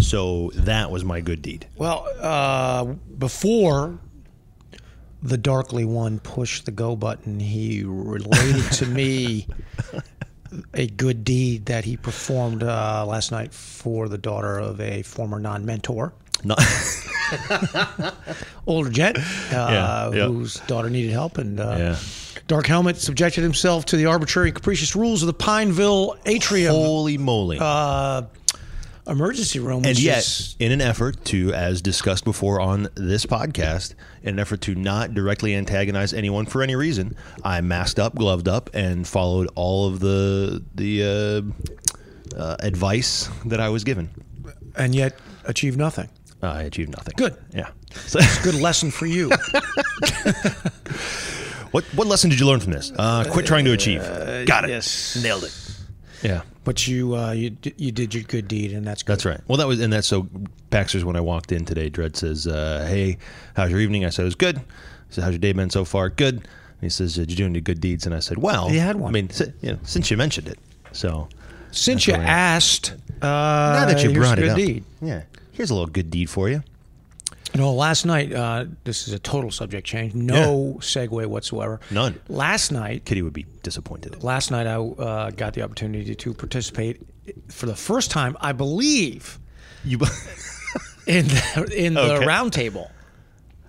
So that was my good deed. Well, uh, before the Darkly One pushed the go button, he related to me a good deed that he performed uh, last night for the daughter of a former non mentor, No- older gent, uh, Yeah, yeah. whose daughter needed help. And uh, Yeah. Dark Helmet subjected himself to the arbitrary and capricious rules of the Pineville Atrium Holy moly. uh, emergency room. and which yet, is- in an effort to, as discussed before on this podcast, in an effort to not directly antagonize anyone for any reason, I masked up, gloved up, and followed all of the the uh, uh, advice that I was given. and yet achieved nothing. I achieved nothing. Good. Yeah. So, Good lesson for you. what what lesson did you learn from this? Uh, quit trying to achieve. Uh, Got it. Nailed it. Yeah. But you, uh, you, d- you did your good deed, and that's good. That's right. Well, that was, and that's so Baxter's when I walked in today. Dred says, uh, "Hey, how's your evening?" I said, "It was good." He said, "How's your day been so far?" Good. And he says, "Did you do any good deeds?" And I said, "Well, He had one. I mean, si- you know, since you mentioned it, so Since you right. asked, uh, now that you here's brought a it good up, deed. yeah, here's a little good deed for you. You know, last night, uh, this is a total subject change. No segue whatsoever. None. Last night, Kitty would be disappointed. last night I uh, got the opportunity to participate for the first time, I believe, You, in the, in the Okay. roundtable.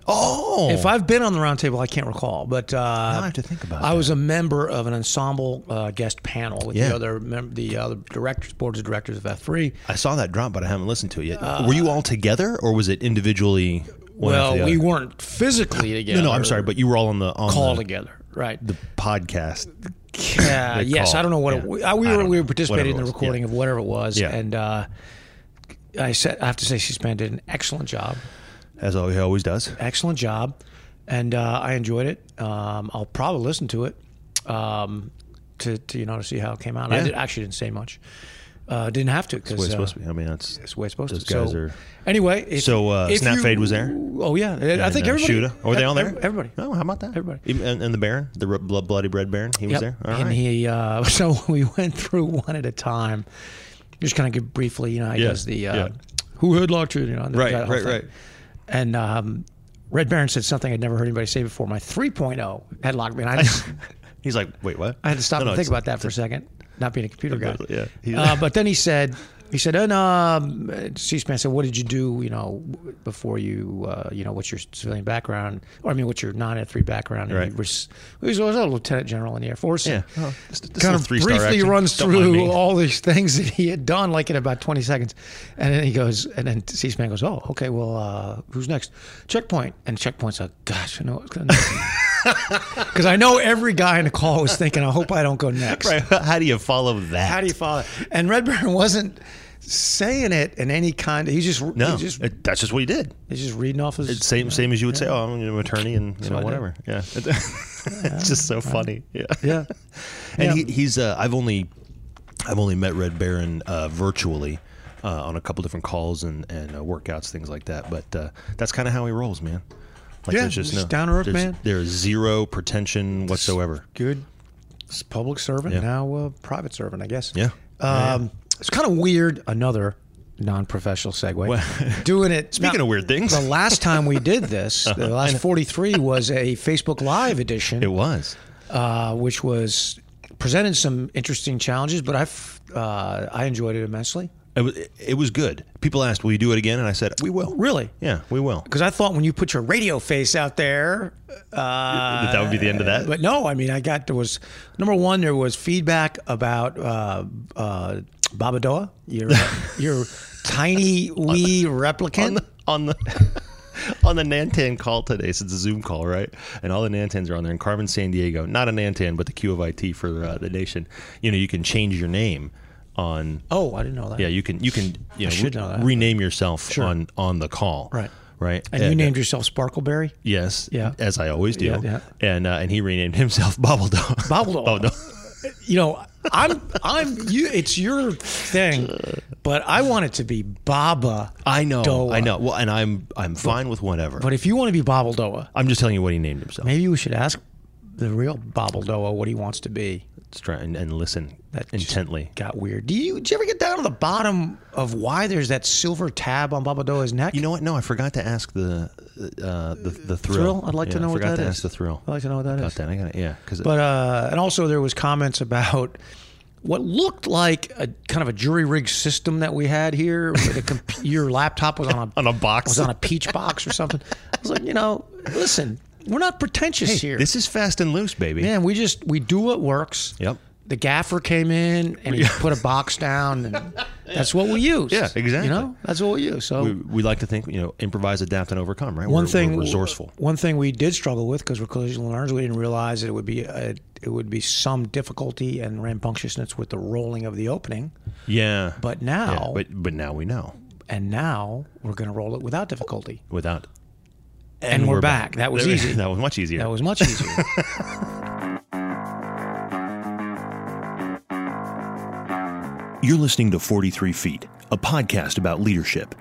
oh, If I've been on the roundtable, I can't recall, but uh, I have to think about I that. was a member of an ensemble uh, guest panel with Yeah. the other mem- the other directors, boards of directors of F3. I saw that drop, but I haven't listened to it yet. Were you all together, or was it individually? one after Uh, well, the we other? weren't physically together. No, no, I'm sorry, but you were all on the on call the, together, right? the podcast. Yeah, the yes, call. I don't know what Yeah. it, we, I, we I were. don't We know. were participating in Whatever the it was. recording Yeah. of whatever it was, Yeah. and uh, I said I have to say she Span did an excellent job, as he always does. excellent job, and uh, I enjoyed it. Um, I'll probably listen to it um, to, to you know to see how it came out. I Yeah. did, actually didn't say much. Uh, didn't have to It's the way because it's uh, supposed to be. I mean, that's It's the way it's supposed Those to. guys so, are- Anyway, if- So, uh, if Snap you- Fade was there? Oh yeah, I and, think uh, everybody. Shuda. Were they on there? ev- Everybody. Oh, how about that? Everybody. Even- And, and the Baron, the r- blo- bloody bread Baron, he was Yep. there. All and right. he uh, so we went through one at a time. Just kind of give briefly, you know, how he Yeah, does the uh, yeah. who headlocked you, you know, and Right, that whole right, thing. right. And um, Red Baron said something I'd never heard anybody say before. My 3.0 headlocked me, and I just, He's like, wait, what? I had to stop No, no, and think it's- about that for a second, not being a computer guy. Yeah. He- Uh, but then he said, he said, and um, C-SPAN said, what did you do, you know, before you, uh, you know, what's your civilian background? Or I mean, what's your non-F3 background? And Right. he, was, he was a lieutenant general in the Air Force. Yeah. and Oh, this- this kind little of three-star briefly action. runs Don't mind through me. all these things that he had done, like in about 20 seconds. And then he goes, and then C-SPAN goes, oh, okay, well, uh, who's next? Checkpoint. And Checkpoint's like, gosh, I know what's going to Because I know every guy in the call was thinking, I hope I don't go next. Right. How do you follow that? How do you follow that? And Redburn wasn't saying it in any kind of, he's just, No, he's just, it- that's just what he did. he's just reading off his. It's same same as you would say. Oh, I'm an attorney and you know I whatever. Yeah, it's just so funny. Yeah, yeah. and Yeah. He, he's uh, I've only I've only met Red Baron uh, virtually uh, on a couple different calls and and uh, workouts things like that. But uh, that's kind of how he rolls, man. Like Yeah, there's just just no down to earth, there's- man. There's zero pretension whatsoever. Good s- public servant, Yeah. now uh, private servant, I guess. Yeah. Um, It's kind of weird. Another non-professional segue. Doing it. Speaking of weird things. Uh-huh. the last time we did this, the last forty-three was a Facebook Live edition, It was. uh, which was presented some interesting challenges, but I f- uh, I enjoyed it immensely. It was, it was good. People asked, "Will you do it again?" And I said, "We will." Really? Yeah, we will. Because I thought when you put your radio face out there, uh, that would be the end of that. But no, I mean, I got there was number one. There was feedback about uh, uh, Babadoa, your your tiny Uh, wee replicant. on the on the Nantan call today. So it's a Zoom call, right? And all the Nantans are on there. In Carmen, San Diego, not a Nantan, but the Q of IT for uh, the nation. You know, you can change your name on. oh, I didn't know that. Yeah, you can. You can. You know, should know that. rename yourself on on the call. Right. Right. uh, and you named yourself Sparkleberry. Yes. Yeah. As I always do. Yeah, yeah. And uh, and he renamed himself Bobbledoe. Babadoa. oh no. You know, I'm I'm you. It's your thing, but I want it to be Baba. I know. Doa. I know. Well, and I'm I'm fine with whatever. But if you want to be Babadoa, I'm just telling you what he named himself. maybe we should ask the real Babadoa what he wants to be. Let's try and, and listen That just- intently. got weird. Do you, did you ever get down to the bottom of why there's that silver tab on Babadoa's neck? You know what? No, I forgot to ask the uh, the the thrill. Thrill? I'd like to Yeah, know I what forgot that to is. ask the thrill. I'd like to know what that About is. that, I got it. Yeah, because But uh, and also there was comments about what looked like a kind of a jury rig system that we had here. Where the comp- your laptop was on a On a box. was on a peach box or something. I was like, you know, listen, we're not pretentious here. this is fast and loose, baby. Man, we just we do what works. Yep. The gaffer came in and he put a box down, and that's what we use. Yeah, exactly. You know, that's what we use. So We, we like to think, you know, improvise, adapt, and overcome. Right? one We're- thing we're resourceful. One thing we did struggle with because we're collision learners, we didn't realize that it would be uh it would be some difficulty and rambunctiousness with the rolling of the opening. Yeah. But Yeah, now, but but now we know and now we're going to roll it without difficulty, without. and, we're, back. That was There- easy. That was much easier. That was much easier. You're listening to 43 Feet, a podcast about leadership.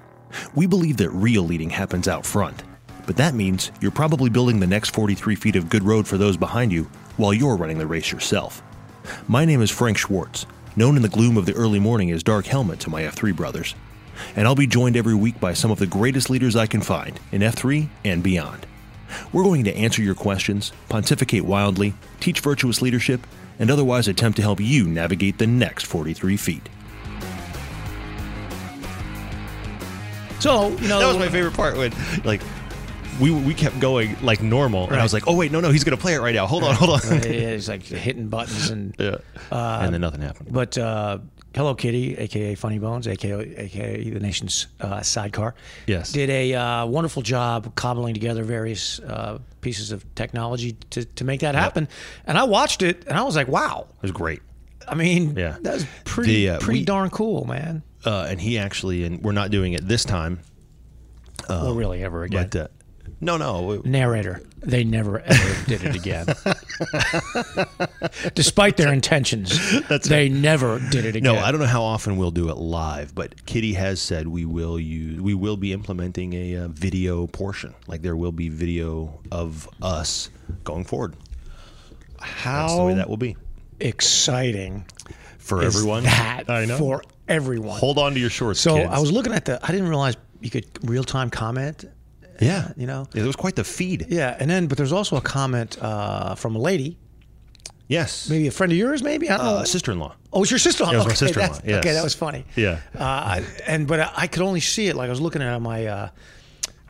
We believe that real leading happens out front, but that means you're probably building the next 43 feet of good road for those behind you while you're running the race yourself. My name is Frank Schwartz, known in the gloom of the early morning as Dark Helmet to my F3 brothers, and I'll be joined every week by some of the greatest leaders I can find in F3 and beyond. We're going to answer your questions, pontificate wildly, teach virtuous leadership, and otherwise attempt to help you navigate the next 43 feet. so you know, that was my favorite part when like. We, we kept going like normal, and I was like, "Oh wait, no, no, he's gonna play it right now. Hold on, hold on." yeah, it's like hitting buttons and. yeah. and then nothing happened. But uh, Hello Kitty, aka Funny Bones, aka aka the nation's uh, sidecar, Yes. did a uh, wonderful job cobbling together various uh, pieces of technology to, to make that happen. And I watched it, and I was like, wow. It was great. I mean, Yeah. that was pretty The, uh, pretty we- darn cool, man. uh, and he actually, and we're not doing it this time, well, really, ever again. but uh, no, no, it- Narrator, they never ever did it again. Despite their intentions, they never did it again. no. I don't know how often we'll do it live, but Kitty has said we will use, we will be implementing a uh, video portion. Like there will be video of us going forward. how That's the way that will be exciting for Oh, is everyone. That I know. for everyone. Hold on to your shorts. so kids. I was looking at the. I didn't realize you could real time comment. yeah, you know. yeah, there was quite the feed. Yeah, and then but there's also a comment uh, from a lady, Yes, maybe a friend of yours, maybe I don't uh, know. sister-in-law. Oh, it's your sister-in-law. Yeah, it was my okay, sister-in-law, that's- yes. Okay, that was funny. Yeah. Uh, I- and but I, I could only see it like I was looking at it on my uh,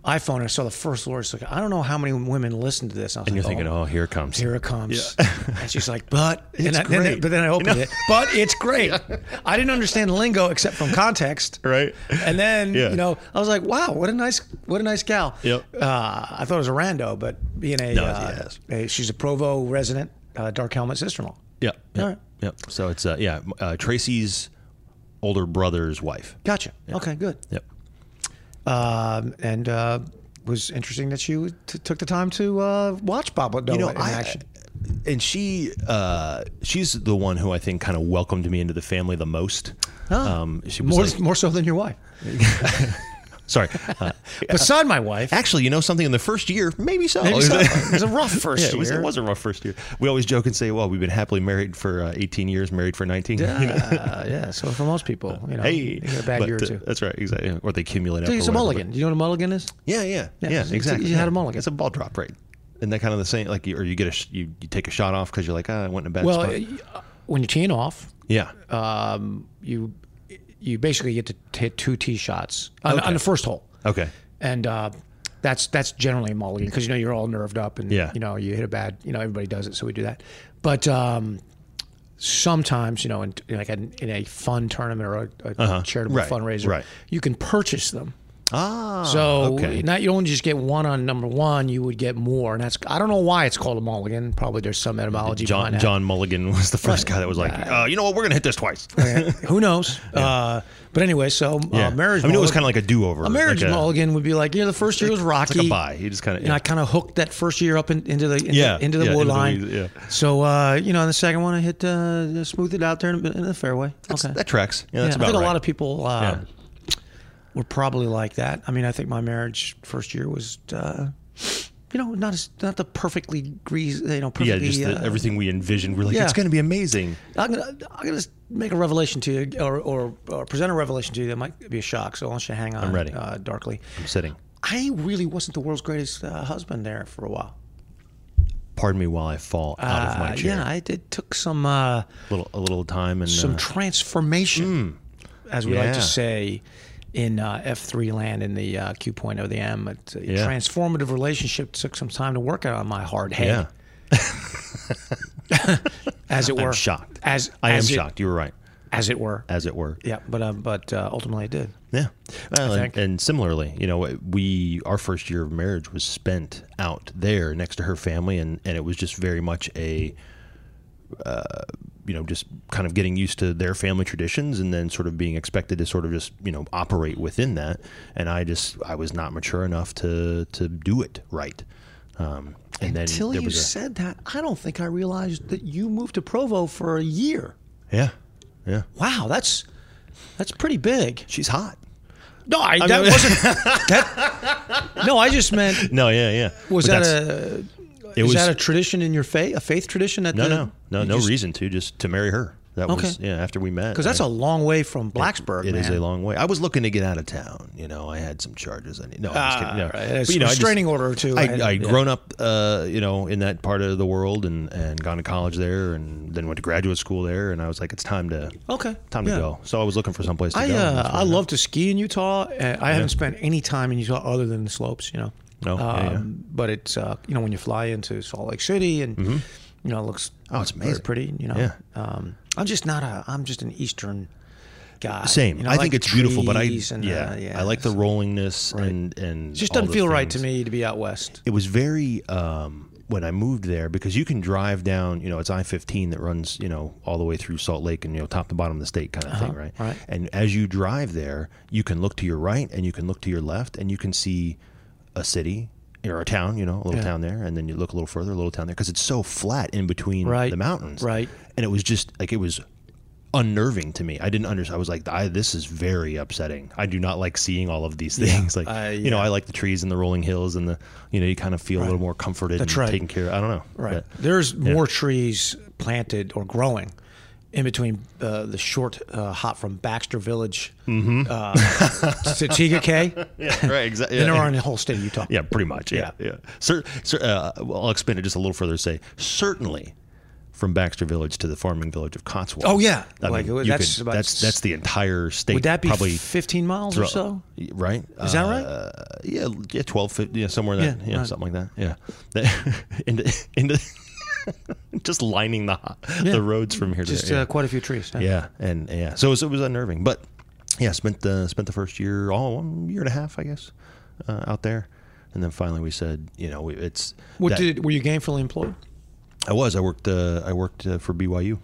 iPhone. I saw the first lyrics. Like, I don't know how many women listen to this. I was And like, you're thinking, oh, here it comes. Here it comes. and she's like, but and It's I- then I- great. but then I You opened know? it. But it's great. I didn't understand lingo except from context. Right. And then Yeah. you know, I was like, wow, what a nice what a nice gal. Yep. Uh, I thought it was a rando, but being a, No, uh, yes. a- she's a Provo resident, uh, dark helmet sister-in-law. Yeah. Yeah. All right. Yep. So it's uh, yeah, uh, Tracy's older brother's wife. Gotcha. Okay, good. Yep. Um, and uh, was interesting that you t- took the time to uh, watch Bob Ladola in uh, action. and she uh, she's the one who I think kind of welcomed me into the family the most. Um, she was More, like- more so than your wife. sorry. Uh, Beside my wife, actually, you know something? In the first year, maybe so. Maybe so. It was a rough first yeah, It was, year. it was a rough first year. We always joke and say, "Well, we've been happily married for uh, 18 years, married for 19." you know? Uh, yeah. So for most people, you know, hey, you get a bad but, year or uh, two. That's right, exactly. yeah, Or they accumulate. So up or it's a whatever, mulligan. Do you know what a mulligan is? but- Yeah, yeah, Yeah, yeah, it's- it's- exactly. you had yeah. a mulligan. It's a ball drop, right? And that kind of the same, like, you, or you get a, sh- you, you take a shot off because you're like, ah, I went in a bad Well, spot. uh, when you're teeing off, yeah, um, you you basically get to t- hit two tee shots on, on the first hole, okay, and uh, that's that's generally a mulligan because you know you're all nerved up and Yeah. you know you hit a bad. You know everybody does it, so we do that. But um, sometimes you know, in, in like an, in a fun tournament or a, a charitable Uh-huh. Right, fundraiser, right. you can purchase them. ah, So okay, not you don't just get one on number one, you would get more, and that's I don't know why it's called a mulligan. Probably there's some etymology. John behind John Mulligan was the first guy that was like, uh, you know what, we're gonna hit this twice. that. who knows? Uh, but anyway, so Yeah. uh, marriage. I mean, it was mulligan- kind of like a do-over. a marriage like mulligan would be like you know the first year was It's rocky. like a buy. You just kind of And I kind of hooked that first year up in, into the into, Yeah, into the yeah, wood into the line. weeds, yeah. So uh, you know, in the second one, I hit uh, smoothed it out there in, in the fairway. okay, that tracks. Yeah, that's yeah, about I think right. a lot of people uh, Yeah. were probably like that. I mean, I think my marriage first year was, uh, you know, not as, not the perfectly greasy, you know, yeah, perfectly. just the, uh, everything we envisioned. We're like, yeah. it's gonna be amazing. I'm gonna I'm gonna make a revelation to you, or, or or present a revelation to you that might be a shock. So I want you to hang on. ready. Uh, darkly, I'm sitting. I really wasn't the world's greatest uh, husband there for a while. Pardon me while I fall out of my Uh, chair. Yeah, I did took some uh, little a little time and some uh, transformation, as we like Hmm. Yeah. to say in uh, F3 land in the uh, Q point of the M. It's a Yeah. transformative relationship took some time to work out on my hard head, yeah. as it were. I'm shocked. As I am as it- shocked. You were right, as it were. as it were. yeah, but uh, but uh, ultimately I did. Yeah. Well, think. and, and similarly, you know, we our first year of marriage was spent out there next to her family, and and it was just very much a. Uh, you know, just kind of getting used to their family traditions, and then sort of being expected to sort of just you know operate within that. And I just I was not mature enough to to do it right. Um, and Until then there you was a, said that, I don't think I realized that you moved to Provo for a year. yeah, yeah, Wow, that's that's pretty big. she's hot. No, I, that mean- wasn't. that- no, I just meant No, yeah, yeah. Was But that that's- a It is was that a tradition in your faith? A faith tradition? At no, the, no, no, no reason to just to marry her. That was Okay. yeah. After we met, Because that's I- a long way from Blacksburg. It is man. a long way. I was looking to get out of town. You know, I had some charges. I need. No, I'm just kidding. No. Ah, right. It's But, you know, I just- restraining order or two, I, right? I, grown up, uh, you know, in that part of the world, and and gone to college there, and then went to graduate school there, and I was like, it's time to Okay, time to yeah. go. So I was looking for someplace to I go. and uh, that's where I love to ski in Utah. and I haven't spent any time in Utah other than the slopes. You know. Um, Oh, yeah, yeah. But it's uh, you know when you fly into Salt Lake City and you know it looks Mm-hmm. Oh, it's very amazing. pretty. You know. Yeah. Um, I'm just not a. I'm just an Eastern. Guy. Same. You know, I, think like it's beautiful, but I trees and, yeah, uh, yeah, I like the it's- rollingness and and It just all doesn't the feel right to things. me to be out west. it was very um, when I moved there because you can drive down, you know, it's I fifteen that runs, you know, all the way through Salt Lake and you know top to bottom of the state kind of thing, right? Uh-huh. right. And as you drive there, you can look to your right and you can look to your left and you can see a city or a town, you know, a little Yeah. town there, and then you look a little further, a little town there, because it's so flat in between Right. the mountains, Right. And it was just like it was unnerving to me. I didn't understand. I was like, I, this is very upsetting. I do not like seeing all of these things. like, I- you know, I like the trees and the rolling hills and the, you know, you kind of feel a little more comforted and right. taken care of. I don't know. Right. But- There's more trees planted or growing in between uh, the short uh, hop from Baxter Village Mm-hmm. uh, to Tiga K yeah, right. Exactly. than there are in the whole state of Utah. Yeah, pretty much. Yeah, yeah. Cer- cer- uh, well, I'll expand it just a little further. and Say certainly, from Baxter Village to the farming village of Cotswold. Oh, yeah. I Like, mean, it- you that's could- about that's s- that's the entire state. Would that be probably 15 miles or thro- so? Right? Is that Uh, right? yeah, yeah, 12, 15, yeah, somewhere in that, Yeah, yeah, right. something like that. Yeah, that, into, into just lining the Yeah. the roads from here Just to there. uh, quite a few trees. huh? yeah. yeah, and yeah, so it was, it was unnerving. But yeah, spent the spent the first year, all one year and a half, I guess, uh, out there, and then finally we said, you know, we, it's What that- did? Were you gainfully employed? I was I worked uh, I worked uh, for BYU.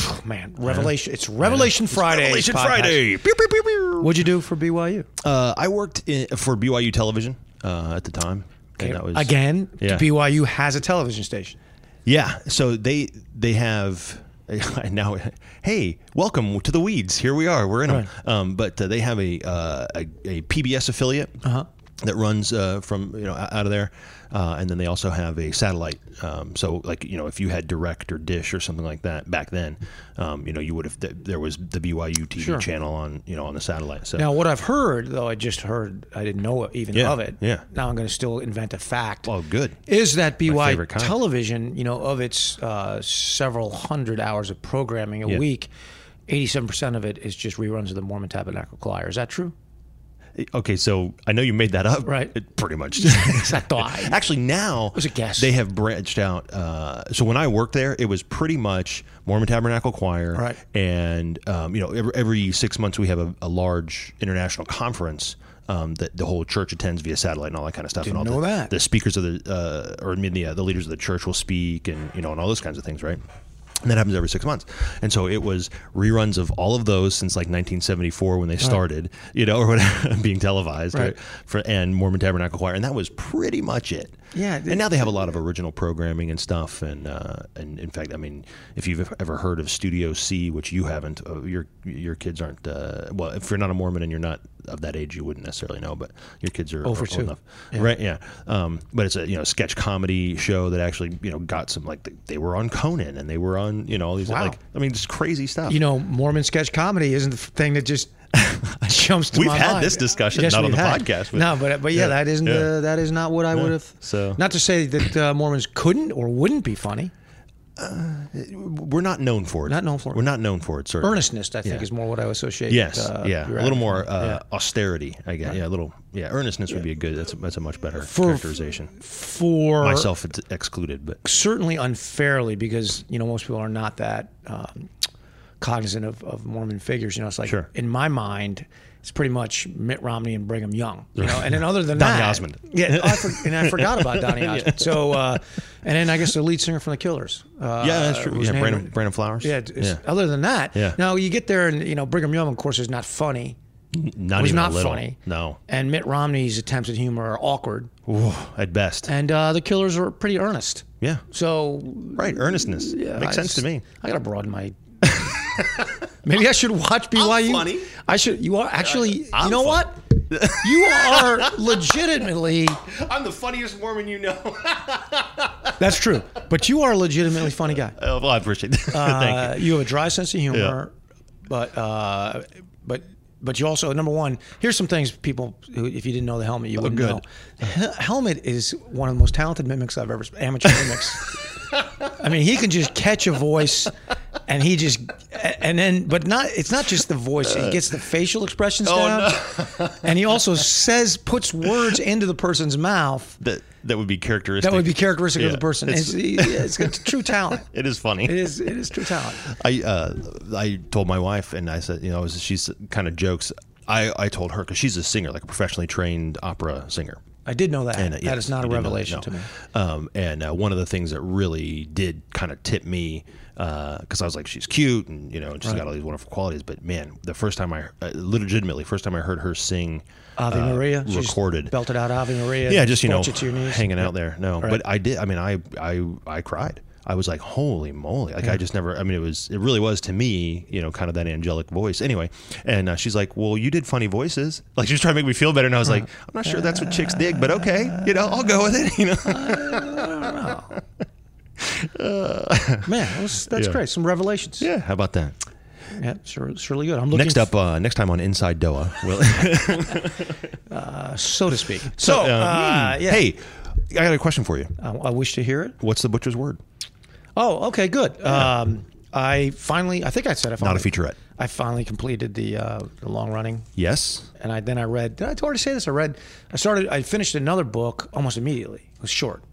Oh, man, Revelation! It's Revelation Friday. Revelation Friday. Pew, pew, pew, pew. What'd you do for BYU? Uh, I worked in, for BYU Television uh, at the time. And that was, Again, Yeah. BYU has a television station. Yeah. So they they have now. Hey, welcome to the weeds. Here we are. We're in 'em. Um, but uh, they have a, uh, a a PBS affiliate Uh-huh. that runs uh, from you know o- out of there, uh, and then they also have a satellite. Um, so like you know if you had Direct or Dish or something like that back then, um, you know you would have th- there was the BYU TV channel on you know on the satellite. So Now, what I've heard, though, I just heard, I didn't know even Yeah, of it. yeah. Now I'm going to still invent a fact. oh good. Is that BYU favorite kind. television? You know, of its uh, several hundred hours of programming a Yeah. week, eighty-seven percent of it is just reruns of the Mormon Tabernacle Choir. Is that true? eh, Okay, so I know you made that up, Right. It, pretty much. I thought. Actually, now was a guess. They have branched out. Uh, so when I worked there, it was pretty much Mormon Tabernacle Choir, Right. And um, you know, every, every six months we have a, a large international conference. Um, that the whole church attends via satellite and all that kind of stuff. and all know the, that. the speakers of the uh, or I mean the, uh, the leaders of the church will speak and you know and all those kinds of things, right? And that happens every six months. And so it was reruns of all of those since like 1974 when they started, you know, or whatever, being televised, Right. right? For and Mormon Tabernacle Choir, and that was pretty much it. Yeah, And now they have a lot of original programming and stuff. And uh, and in fact, I mean, if you've ever heard of Studio C, which you haven't, uh, your your kids aren't. Uh, well, if you're not a Mormon and you're not of that age, you wouldn't necessarily know. But your kids are, are for old two. enough, right? Yeah. Um, but it's a you know sketch comedy show that actually you know got some like they, they were on Conan and they were on you know all these Wow. like I mean just crazy stuff. You know, Mormon sketch comedy isn't the thing that just jumps to We've my had mind. this discussion, Yes, not on we've the had. podcast, but- no, but but yeah, Yeah, that isn't yeah. The, that is not what I would have. so- not to say that uh, Mormons couldn't or wouldn't be funny. we're not known for it. Not known for it. We're not known for it. Certainly. Earnestness, I think, is more what I would associate. Yes. uh, yeah. your A little act- more uh, austerity, I guess. Yeah. A little. Yeah. Earnestness would be a good. That's a, that's a much better characterization. for Myself it's excluded, but certainly unfairly because you know most people are not that um, cognizant of, of Mormon figures. You know, it's like Sure. in my mind, it's pretty much Mitt Romney and Brigham Young. You know, and then other than Donny that, Osmond. Yeah, oh, I for, and I forgot about Donny Osmond. So, uh, and then I guess the lead singer from the Killers. Uh, yeah, that's true. whose Yeah, name- Brandon, Brandon Flowers. Yeah, it's- Other than that, Yeah. now you get there, and you know Brigham Young, of course, is not funny. Not was even a not little. funny. No, And Mitt Romney's attempts at humor are awkward, Ooh, at best. and uh, the Killers are pretty earnest. yeah. So Right. Earnestness. Makes I sense to just- me. I gotta broaden my. Maybe I should watch BYU. funny. Uh, I should. You are actually. I'm you know funny. what? You are legitimately. I'm the funniest Mormon you know. That's true. But you are a legitimately funny guy. Oh, well, I appreciate that. Uh, Thank you. you have a dry sense of humor, but uh, but but you also number one. Here's some things people. Who, if you didn't know the helmet, you wouldn't Oh, good. know. Hel- Helmet is one of the most talented mimics I've ever. Amateur mimics. I mean, he can just catch a voice, and he just and then but not. It's not just the voice. He gets the facial expressions Oh, down, and he also says puts words into the person's mouth. That that would be characteristic. That would be characteristic of Yeah, the person. It's, It's, it's, it's true talent. it is funny. It is. It is true talent. I uh, I told my wife, and I said, you know, she's kind of jokes. I, I told her because she's a singer, like a professionally trained opera singer. I did know that. And, uh, yes, that is I not a did know that, revelation no. to me. Um, and uh, one of the things that really did kind of tip me, because I was like, she's cute, and you know, and she's got all these wonderful qualities. But man, the first time I, uh, legitimately, first time I heard her sing, Ave uh, Maria she just recorded, belted out Ave Maria. yeah, just you know, brought to your knees. hanging out there. No, but I did. I mean, I I I cried. I was like, holy moly! Like I just never. I mean, it was it really was to me, you know, kind of that angelic voice. Anyway, and uh, she's like, well, you did funny voices. Like she was trying to make me feel better, and I was like, I'm not sure that's what chicks dig, but okay, you know, I'll go with it. You know, Man, that was- that's Yeah. great. Some revelations. yeah. How about that? yeah sure, surely good. I'm looking Next up, uh, next time on Inside Doha. We'll, f- so to speak. so, uh, hmm. yeah. hey, I got a question for you. I, I wish to hear it. What's the butcher's word? Oh, okay, good. Um, I finally, I think I said I Not a finally, featurette. I finally completed the uh, the long running, Yes. and I then I read. Did I already say this? I read. I started. I finished another book almost immediately. It was short.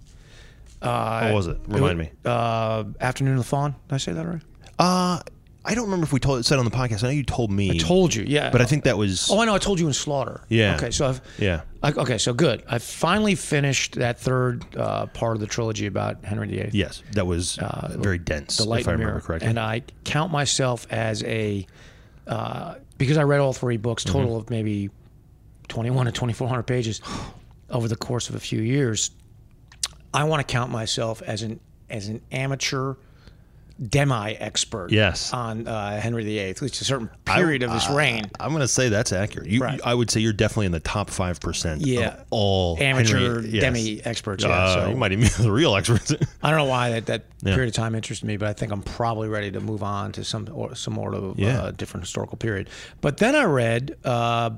Oh, what was it? Remind me. Uh, Afternoon of the Fawn. Did I say that right? Uh, I don't remember if we told said on the podcast. I know you told me. I told you, yeah. But I think that was. Oh, I know. I told you in Slaughter. Yeah. Okay, so I've Yeah. I, okay, so good. I finally finished that third uh, part of the trilogy about Henry VIII. yes, that was very dense. Uh, the light if I and remember mirror. correctly. And I count myself as a uh, because I read all three books, Mm-hmm. total of maybe twenty-one to twenty-four hundred pages over the course of a few years. I want to count myself as an as an amateur demi expert. Yes. uh, on uh, Henry VIII, which is a certain period of his reign. I'm going to say that's accurate. You, Right. I would say you're definitely in the top five percent. Yeah. of all Amateur Henry- yes. demi experts. Yeah, Uh, so You might even be the real experts. I don't know why that, that period of time interested me, but I think I'm probably ready to move on to some or some more of Yeah. uh, different historical period. But then I read uh,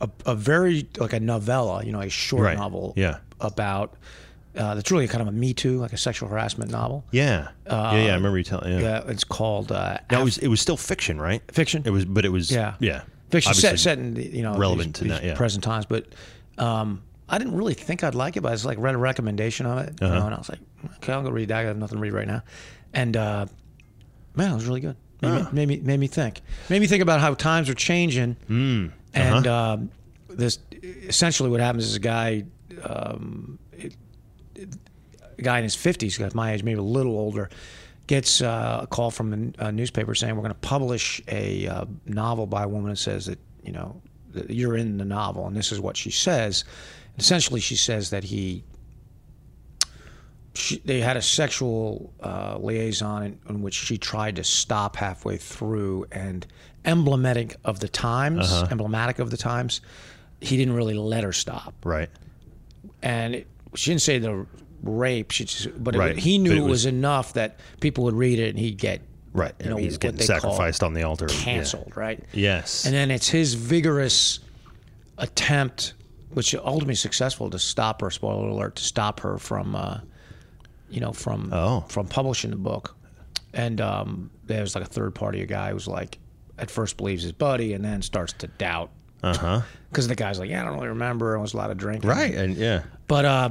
a, a very like a novella, you know, a short Right. novel Yeah. about uh, that's really kind of a Me Too, like a sexual harassment novel. yeah. yeah, yeah. I remember you telling. Yeah. Uh, it's called uh, That was it. Was still fiction, right? Fiction. It was, but it was. Yeah, Yeah. Fiction Obviously- set, set in the, you know relevant these- to these that, yeah. present times, but um, I didn't really think I'd like it, but I just like read a recommendation of it, you Uh-huh. know, and I was like, okay, I'll go read that. I have nothing to read right now, and uh, man, it was really good. Made, me, made me made me think, made me think about how times are changing, Hmm. and Uh-huh. um this essentially what happens is a guy. Um, it- a guy in his 50s, got my age, maybe a little older, gets uh, a call from a n- a, newspaper saying we're going to publish a uh, novel by a woman that says that you know that you're in the novel, and this is what she says. Essentially, she says that he. She, they had a sexual uh, liaison in, in which she tried to stop halfway through, and emblematic of the times, emblematic of the times, he didn't really let her stop Right. and it, she didn't say the rape. She just, but it- Right, he knew but it it was, was- enough that people would read it and he'd get Right. You know, He's what getting they call sacrificed on the altar. Yeah. canceled, right? Yes. And then it's his vigorous attempt, which ultimately successful, to stop her. Spoiler alert: to stop her from, uh, you know, from Oh. from publishing the book. And um, there was like a third party, a guy who's like, at first believes his buddy, and then starts to doubt. Uh huh. Because the guy's like, yeah, I don't really remember. It was a lot of drinking. Uh-huh. right. And yeah. But uh,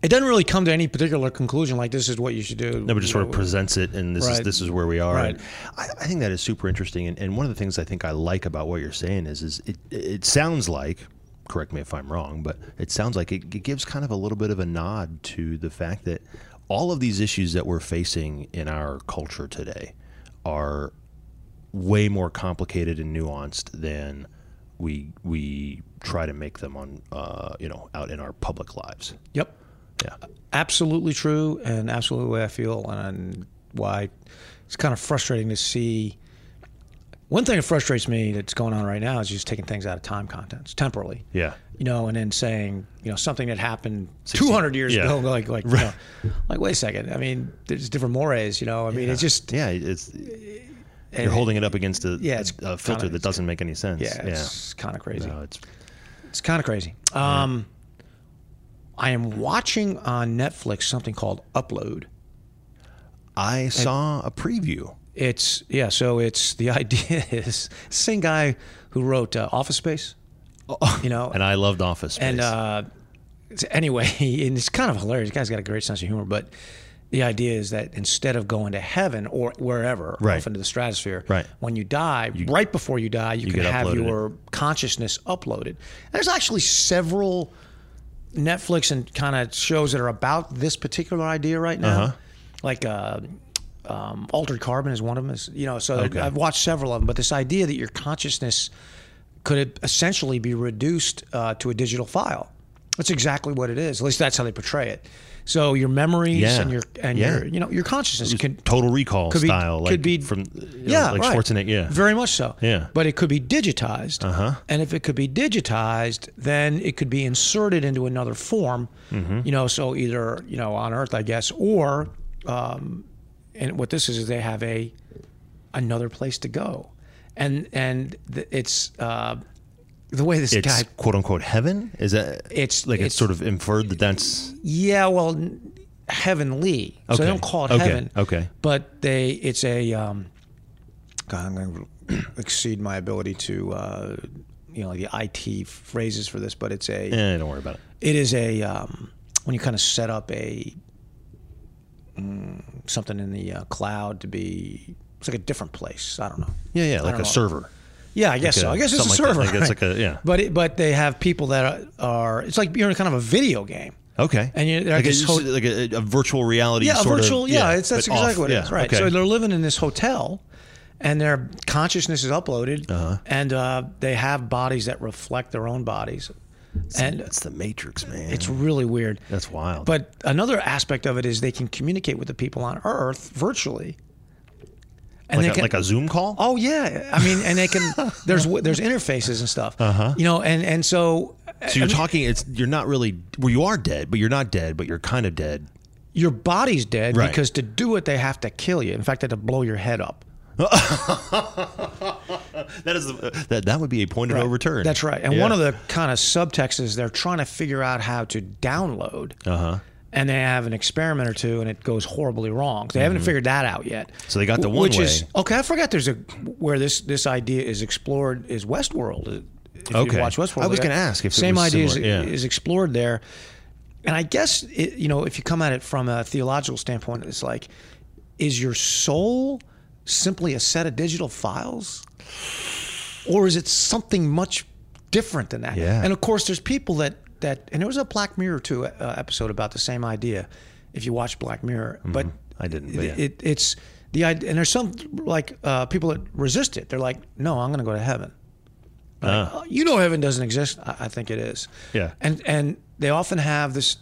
it doesn't really come to any particular conclusion. Like this is what you should do. No, but just sort of presents it, and this is Right. this is where we are. Right. And I, I think that is super interesting, and, and one of the things I think I like about what you're saying is is it it sounds like, correct me if I'm wrong, but it sounds like it, it gives kind of a little bit of a nod to the fact that all of these issues that we're facing in our culture today are way more complicated and nuanced than we we try to make them on uh, you know out in our public lives. Yep. Yeah. Absolutely true, and absolutely way I feel, and why it's kind of frustrating to see. One thing that frustrates me that's going on right now is just taking things out of time contents temporally. Yeah. You know, and then saying you know something that happened 200 years yeah. ago, like like you know, like wait a second. I mean, there's different mores. You know, I mean, it's just Yeah, it's you're holding it up against a, Eh, Yeah, a- it's a filter kinda- that doesn't make any sense. yeah, it's kind of crazy. No, it's It's kind of crazy. Um, I am watching on Netflix something called Upload. I saw a preview. It's yeah, so it's the idea is same guy who wrote uh, Office Space, you know, And I loved Office Space. and uh, it's- anyway, and it's kind of hilarious. The guy's got a great sense of humor, but the idea is that instead of going to heaven or wherever, Right. off into the stratosphere, Right. when you die, right before you die, you, can get have uploaded your consciousness uploaded. And there's actually several Netflix and kind of shows that are about this particular idea right now, Uh-huh. like. Uh, um, altered carbon is one of them. Is you know, so I've watched several of them. But this idea that your consciousness could it essentially be reduced uh, to a digital file. That's exactly what it is. At least that's how they portray it. So your memories Yeah. and your and Yeah. your you know your consciousness can Total Recall could be- style, like could be- from you know, yeah like right. Schwarzenegger. Yeah, very much so Yeah. but it could be digitized uh-huh. and if it could be digitized then it could be inserted into another form Mm-hmm. you know so either you know on Earth I guess or um, and what this is is they have a another place to go and and th- it's uh, the way this it's guy quote unquote heaven. Is that It's- like it's, it's- sort of inferred that that's Yeah, well, n- heavenly. So Okay. they don't call it Okay. heaven. Okay. But they, it's a. Um, God, I'm going to exceed my ability to, uh, you know, the IT phrases for this, but it's a. Eh, don't worry about it. It is a um, when you kind of set up a mm, something in the uh, cloud to be. It's like a different place. I don't know. Yeah, yeah, I like don't a know. server. Yeah, I guess Like so. a- I guess it's a something like server. that. Like, it's like a- yeah. But it, but they have people that are. It's like you're in kind of a video game. Okay. And you- they're like, a, just ho- like a, a virtual reality Yeah, a sort virtual. of. yeah, it's, that's but off. exactly what it Yeah, is. Right. Okay. So they're living in this hotel, and their consciousness is uploaded, Uh-huh. and uh, they have bodies that reflect their own bodies, and it's the Matrix, man. it's really weird. That's wild. But another aspect of it is they can communicate with the people on Earth virtually. And like, they a, can, like a Zoom call? Oh yeah, I mean, and they can. there's there's interfaces and stuff. Uh-huh. You know, and and so so you're talking. It's you're not really. Well, you are dead, but you're not dead, but you're kind of dead. your body's dead Right. because to do it they have to kill you. In fact, they have to blow your head up. That is the, that. That would be a point of no return. That's uh, right. And Yeah. one of the kind of subtexts is they're trying to figure out how to download. Uh-huh. And they have an experiment or two, and it goes horribly wrong. They haven't figured that out yet. Mm-hmm. So they got the Wh- one which way. is okay. I forgot there's a where this this idea is explored is Westworld. If Okay. you watch Westworld, I was they got- gonna ask if it same was idea is, similar, yeah. is explored there. And I guess it, you know if you come at it from a theological standpoint, it's like, is your soul simply a set of digital files? or is it something much different than that? Yeah. And of course, there's people that that, and there was a Black Mirror two uh, episode about the same idea. If you watch Black Mirror, but Mm-hmm. I didn't, but yeah. It, it- it's the idea, and there's some like uh, people that resist it. They're like, no, I'm going to go to heaven. Like, "Oh, you know, heaven doesn't exist. I, I think it is. Yeah. And and they often have this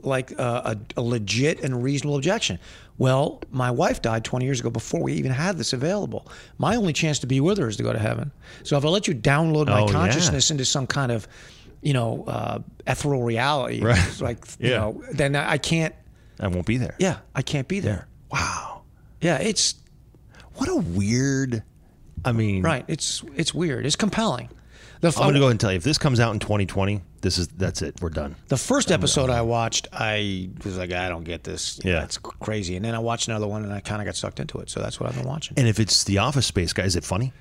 like uh, a, a legit and reasonable objection. Well, my wife died 20 years ago before we even had this available. My only chance to be with her is to go to heaven. So if I let you download my Oh, yeah. consciousness into some kind of, you know, uh, ethereal reality, Right. like you Yeah. know, then I I can't. I won't be there. Yeah, I can't be there. Wow. Yeah, it's What a weird. I mean, right. It's it's weird. It's compelling. The I'm going to go ahead and tell you if this comes out in 2020, this is that's it. We're done. The first episode I watched, I was like, I don't get this. Yeah. it's crazy. And then I watched another one, and I kind of got sucked into it. So that's what I've been watching. And if it's the Office Space guy, is it funny?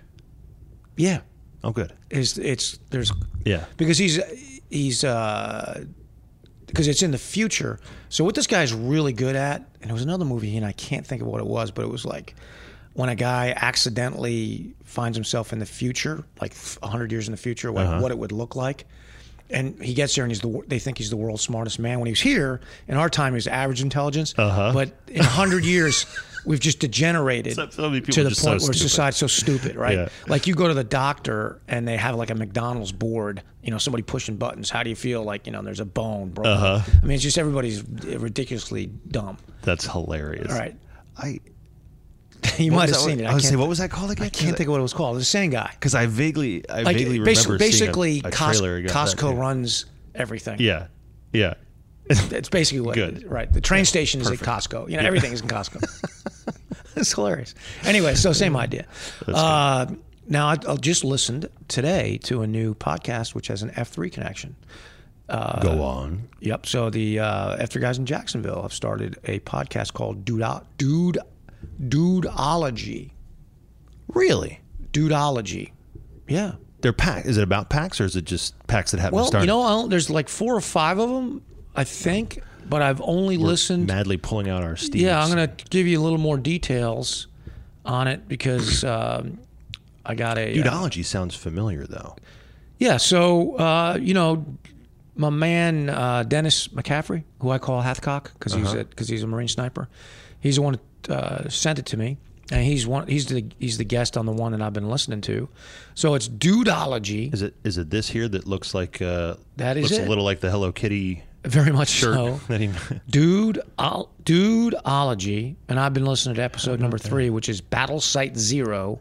yeah, Oh, good. it's it's there's Yeah. because he's he's uh because it's in the future. So what this guy's really good at, and it was another movie, and I can't think of what it was, but it was like when a guy accidentally finds himself in the future, like hundred years in the future, like Uh-huh. what it would look like. And he gets there, and he's the. wor- They think he's the world's smartest man. When he was here, in our time, he was average intelligence. Uh-huh. But in hundred years, we've just degenerated So- so many people to are the point just so where stupid. society it's so stupid, right? Yeah. Like you go to the doctor and they have like a McDonald's board, you know, somebody pushing buttons. How do you feel? Like you know, there's a bone broken. Uh-huh. I mean, it's just everybody's ridiculously dumb. That's hilarious. All right, I you what might was have that- seen it. I was can't- saying, what was that called again? I can't think of what it was called. It was the same guy. because I vaguely, I Like vaguely basically, remember seeing basically a, a Cos- trailer against that, Costco yeah. runs everything. Yeah, yeah. It's basically what. Good. Right. The train station is at Costco. You know, everything is in Costco. it's hilarious. Anyway, so same idea. Uh, now, I, I just listened today to a new podcast which has an F3 connection. Go Uh, on. Yep. So the uh, F3 guys in Jacksonville have started a podcast called Dude Dude Dudeology. Really? Dudeology. Yeah. They're pack. Is it about packs or is it just packs that happen? Well, to start? you know, I don't, there's like four or five of them, I think, but I've only listened. madly pulling out our steeds. Yeah, I'm going to give you a little more details on it because um, I got a. uh, Dudeology sounds familiar though. yeah, so, uh, you know, my man, uh, Dennis McCaffrey, who I call Hathcock because he's a because he's a Marine sniper, he's the one that uh, sent it to me. And he's one. He's the he's the guest on the one that I've been listening to, so it's dudeology. Is it? Is it this here that looks like? Uh, That is looks it. a little like the Hello Kitty Very much shirt so. that he. Dude, ol- dudeology, and I've been listening to episode number three, which is Battle Site Zero,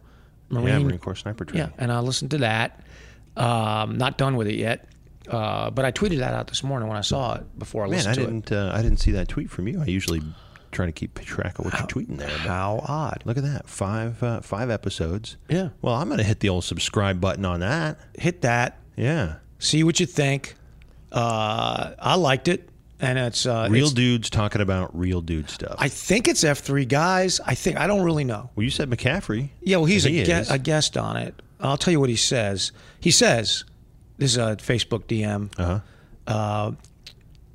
Marine. yeah, Marine Corps sniper Yeah, training. and I listened to that. Um, not done with it yet, uh, but I tweeted that out this morning when I saw it before I Man, listened I to didn't. Uh, I didn't see that tweet from you. I usually try to keep track of what you're tweeting there. it. but- How odd! Look at that. Five uh, five episodes. Yeah. Well, I'm going to hit the old subscribe button on that. Hit that. Yeah. See what you think. Uh, I liked it. and it's uh, Real it's- dudes talking about real dude stuff. I think it's F three guys. I think I don't really know. well, you said McCaffrey. Yeah, well, he's He a, gue- is. a guest on it. I'll tell you what he says. He says, "This is a Facebook DM. Uh-huh.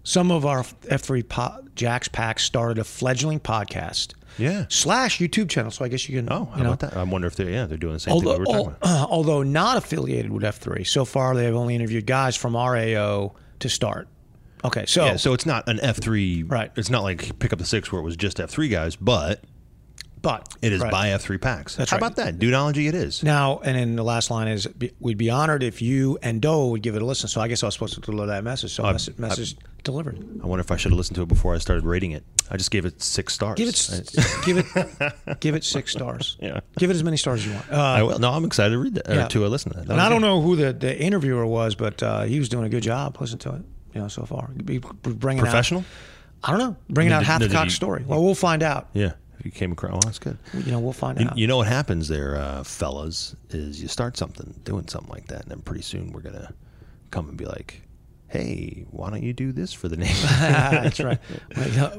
some of our F three po- Jacks Pack started a fledgling podcast Yeah. slash YouTube channel. So I guess you can. Oh, how you know, about that? I wonder if they're yeah they're doing the same although, thing we were talking al- about. although not affiliated with F3. So far, they have only interviewed guys from RAO to start. Okay, so, Yeah, so it's not an F three. Oh. Right. It's not like pick up the six where it was just F three guys, but but it is right. by F three packs. That's how right. about that? Dudeology, it is. Now, and then the last line is, be- we'd be honored if you and Doe would give it a listen. So I guess I was supposed to deliver that message. So message, message delivered. I wonder if I should have listened to it before I started rating it. I just gave it six stars. Give it, s- give it, give it six stars. Yeah. Give it as many stars as you want. I, Uh, I will. No, I'm excited to read that or yeah. to uh, listen to that. That and was I don't good. know who the, the interviewer was, but uh, he was doing a good job. Listen to it, you know, so far. Be- Bringing out- Professional. I don't know. Bringing No, out did- half no, the did cock he- story. Well, we'll find out. Yeah. If you came across, well, that's good. You know, we'll find You, out. you know what happens there, uh, fellas, is you start something, doing something like that, and then pretty soon we're gonna come and be like, "Hey, why don't you do this for the name?" that's right.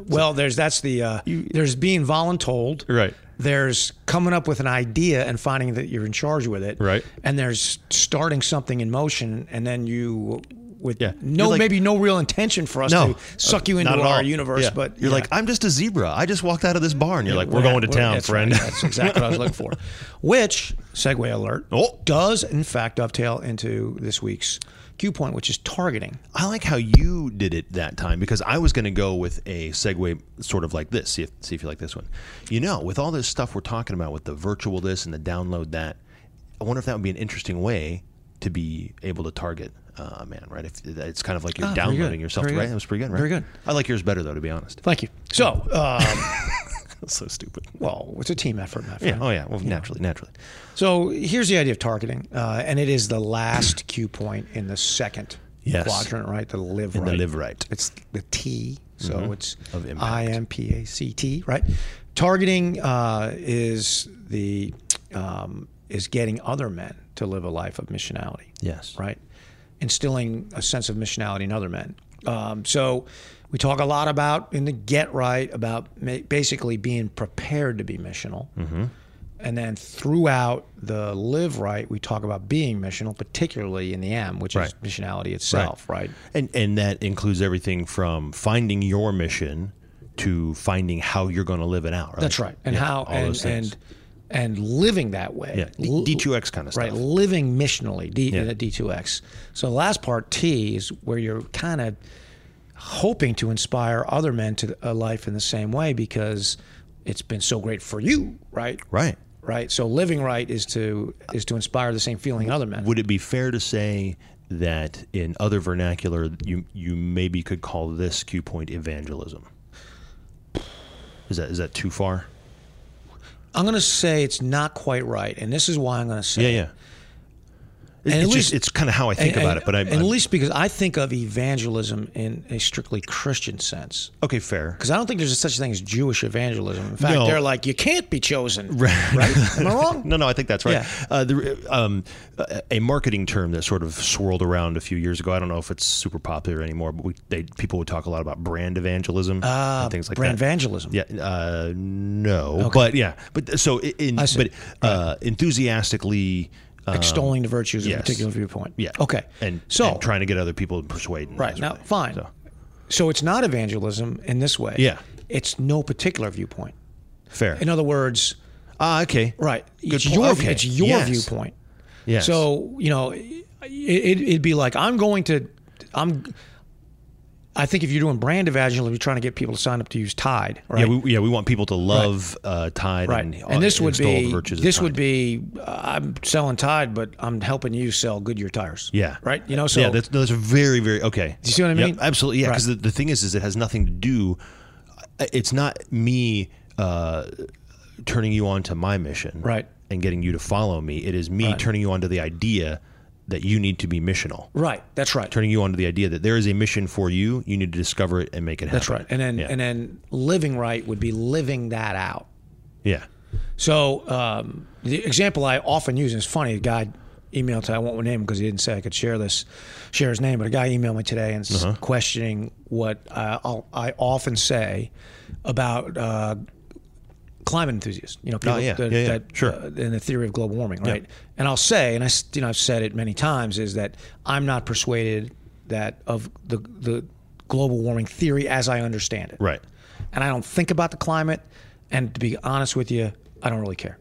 Well, there's that's the uh, there's being voluntold. Right. There's coming up with an idea and finding that you're in charge with it. Right. And there's starting something in motion, and then you with Yeah. no You're like- maybe no real intention for us no, Uh, to suck you into not at our all. universe, Yeah. but you're yeah. like, "I'm just a zebra. I just walked out of this bar," and you're like, "We're, at- going to town, that's friend." right. That's exactly what I was looking for. Which segue alert Oh. does in fact dovetail into this week's cue point, which is targeting. I like how you did it that time because I was going to go with a segue sort of like this. See if, see if you like this one. You know, with all this stuff we're talking about with the virtual this and the download that, I wonder if that would be an interesting way to be able to target uh, a man, right? If it's kind of like you're Ah, very good. downloading yourself, Very right? good. That was pretty good, right? Very good. I like yours better though, to be honest. Thank you. So, um, That's so stupid. well, it's a team effort, my Yeah. friend. Oh yeah. Well, naturally, naturally. So here's the idea of targeting, uh, and it is the last cue point in the second Yes. quadrant, right? The live In the right. live right. Mm-hmm. It's the T, so it's Of impact. I M P A C T, right? Targeting uh, is the um, is getting other men to live a life of missionality. Yes. Right. Instilling a sense of missionality in other men. Um, so we talk a lot about in the get right about ma- basically being prepared to be missional. Mm-hmm. And then throughout the live right, we talk about being missional, particularly in the M, which is Right. missionality itself, right? And and that includes everything from finding your mission to finding how you're going to live it out. Right? That's right. And Yeah, how all and those things. and and living that way. Yeah, D- L- D2X kind of stuff. Right, living missionally, D, Yeah. uh, D2X. So the last part, T, is where you're kind of hoping to inspire other men to a life in the same way because it's been so great for you, right? Right. Right. So living right is to is to inspire the same feeling in other men. Would it be fair to say that in other vernacular, you you maybe could call this cue point evangelism? Is that is that too far? I'm going to say it's not quite right, and this is why I'm going to say Yeah, it. yeah. It- And at it's least- just it's kind of how I think And- about it, but I and I'm- at least because I think of evangelism in a strictly Christian sense. okay, fair. Because I don't think there's such a thing as Jewish evangelism. In fact, No. they're like, you can't be chosen. Right. Am I wrong? No, no, I think that's right. Oh. Yeah. Uh, the, um, a- a marketing term that sort of swirled around a few years ago. I don't know if it's super popular anymore, but we, they, people would talk a lot about brand evangelism and things like Ah, Uh, Brand that. evangelism. Yeah, uh, no, but yeah, but so i- in see. but uh, enthusiastically, uh, Extolling the virtues of yes. a particular viewpoint. yeah, Okay. and so, and trying to get other people to persuade. and right. that Now, sort of thing. fine. So. So, it's not evangelism in this way. Yeah. It's no particular viewpoint. fair. In other words, Ah, okay. right. Good It's point. your, Okay. it's your Yes. viewpoint. Yes. So, you know, it, it, it'd be like, I'm going to, I'm, I think if you're doing brand evangelism, you're trying to get people to sign up to use Tide, right? Yeah, we, yeah, we want people to love uh, Tide Right, and, and, this would extol the be virtues of this Tide. would be uh, I'm selling Tide, but I'm helping you sell Goodyear tires. Yeah. right. You know, so yeah, that's, no, that's very, very okay. You see what I Yep, mean? absolutely. Yeah, because Right. the, the thing is, is it has nothing to do. uh, It's not me uh, turning you on to my mission, Right. and getting you to follow me. It is me turning you on to the idea that you need to be missional. right. That's right. Turning you on to the idea that there is a mission for you. You need to discover it and make it happen. That's right. And then Yeah. and then living right would be living that out. yeah. So um, the example I often use and it's funny. A guy email today. I won't name him because he didn't say I could share this, share his name. But a guy emailed me today and Uh-huh. s questioning what I, I'll, I often say about uh, climate enthusiasts. You know, people Oh, yeah. that, Yeah, yeah. that Sure. uh, in the theory of global warming, right? And I'll say, and I, s- you know, I've said it many times, is that I'm not persuaded that of the the global warming theory as I understand it. Right. And I don't think about the climate. And to be honest with you, I don't really care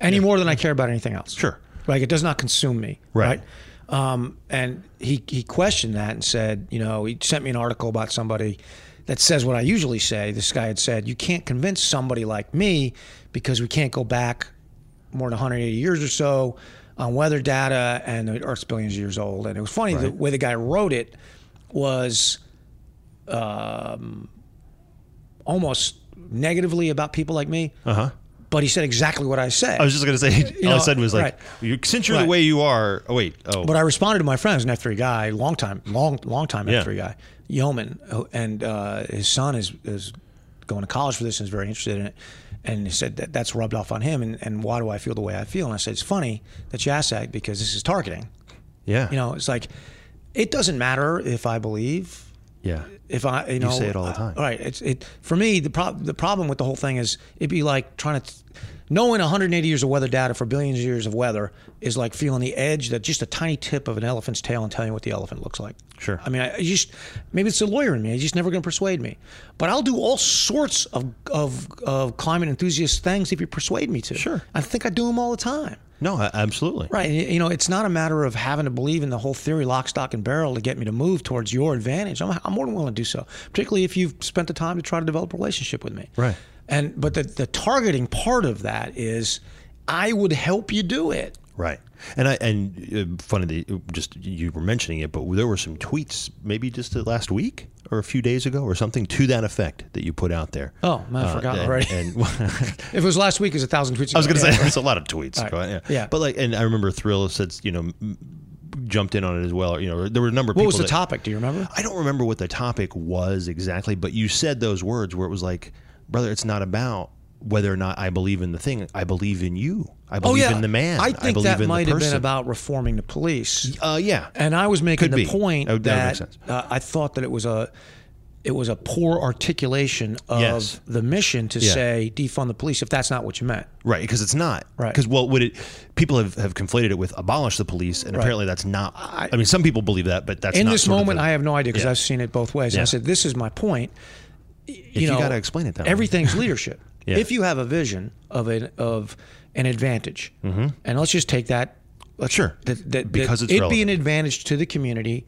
any more than I care about anything else. Sure. Like it does not consume me. Right. Right. Um, and he, he questioned that and said, you know, he sent me an article about somebody that says what I usually say. This guy had said, you can't convince somebody like me because we can't go back more than 180 years or so on weather data and the Earth's billions of years old. And it was funny the way the guy wrote it was um, almost negatively about people like me. Uh huh. But he said exactly what I said. Uh-huh. I was just gonna say. You all I know, said was like, right. you, "Since you're the Right. way you are." Oh wait. Oh, But I responded to my friends, an F3 guy, long time, long, long time Yeah. F3 guy, Yeoman, who- and uh, his son is is going to college for this and is very interested in it. And he said that that's rubbed off on him. And, and why do I feel the way I feel? And I said, it's funny that you ask that because this is targeting. yeah. You know, it's like it doesn't matter if I believe Yeah. if I, you know, say it all the time. I, right. It's it for me. The problem, the problem with the whole thing is it'd be like trying to knowing 180 years of weather data for billions of years of weather is like feeling the edge that just a tiny tip of an elephant's tail and telling you what the elephant looks like. Sure. I mean, I, I just maybe it's the lawyer in me. He's just never going to persuade me. But I'll do all sorts of of of climate enthusiast things if you persuade me to. Sure. I think I do them all the time. No, a- absolutely. Right. and, You know, it's not a matter of having to believe in the whole theory, lock, stock, and barrel to get me to move towards your advantage. I'm, I'm more than willing to do so, particularly if you've spent the time to try to develop a relationship with me. Right. And but the the targeting part of that is, I would help you do it. Right. And I and uh, funny that you- just you were mentioning it, but there were some tweets maybe just the last week or a few days ago or something to that effect that you put out there. Oh, man, I forgot Uh, and- already. and- If it was last week, is a thousand tweets. I was going to Yeah. say it's a lot of tweets. All right. right? Yeah. Yeah. But like, and I remember Thrill said you know m- jumped in on it as well. You know, there were a number of What people was the that- topic? Do you remember? I don't remember what the topic was exactly, but you said those words where it was like, brother, it's not about whether or not I believe in the thing. I believe in you. I believe in the man. Oh, I think believe that in might the have been person." about reforming the police. Uh, yeah. And I was making Could the be. point That would- that would make that, sense. uh, I thought that it was a it was a poor articulation of Yes. the mission to Yeah. say defund the police if that's not what you meant. Right, because it's not. Right. Because well, would it? People have, have conflated it with abolish the police, and apparently that's not. I, mean, some people believe that, but that's In not this sort of moment, the- I have no idea because Yeah. I've seen it both ways. And Yeah. I said, "This is my point." If you gotta explain it that way. everything's leadership. Yeah. If you have a vision of an of an advantage, Mm-hmm. and let's just take that. Let's, Sure. that, that, Because that it's it'd be relevant. an advantage to the community.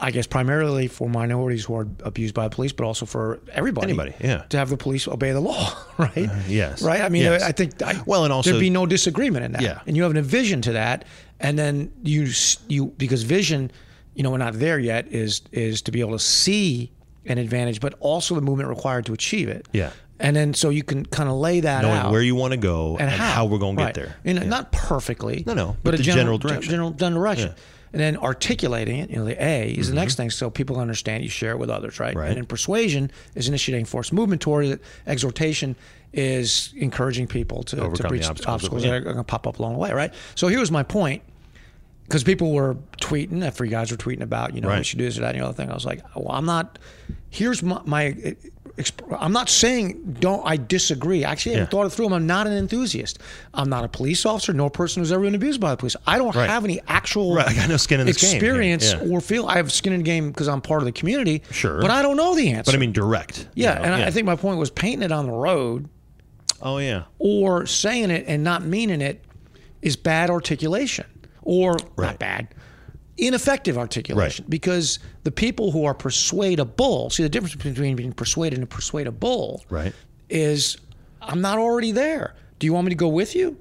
I guess primarily for minorities who are abused by police, but also for everybody. Anybody, yeah. Uh, To have the police obey the law, right? yes. Right. I mean, Yes. I think. I, Well, and also- there'd be no disagreement in that. Yeah. And you have an vision to that, and then you s- you because vision, you know, we're not there yet. Is is to be able to see an advantage, but also the movement required to achieve it. Yeah. And then so you can kind of lay that knowing out where you want to go and, how. we're going to Right. get there. You know, not perfectly. No, no, But, but a the general general, ge- direction. General, general direction. And then articulating it, you know, the A is the next thing, so people understand. You share it with others, right? Mm-hmm. Right. And then persuasion is initiating force movement toward it. Exhortation is encouraging people to, to Overcome the breach obstacles. obstacles, that are going to pop up along the way, right? So here's my point, because people were tweeting, after you guys were tweeting about, you know, Right. we should do this or that and the other thing. I was like, well, I'm not. Here's my. my exp- I'm not saying don't. I disagree. Actually, I haven't Yeah. thought it through. I'm not an enthusiast. I'm not a police officer, nor a person who's ever been abused by the police. I don't Right. have any actual Right, I got no skin in this game here. experience Yeah. or feel. I have skin in the game because I'm part of the community. Sure. but I don't know the answer. But I mean, direct. you yeah, know? and I I think my point was painting it on the road Oh yeah. or saying it and not meaning it is bad articulation or Right. not bad ineffective articulation Right. because the people who are persuadable see the difference between being persuaded and persuadable Right. is i'm not already there do you want me to go with you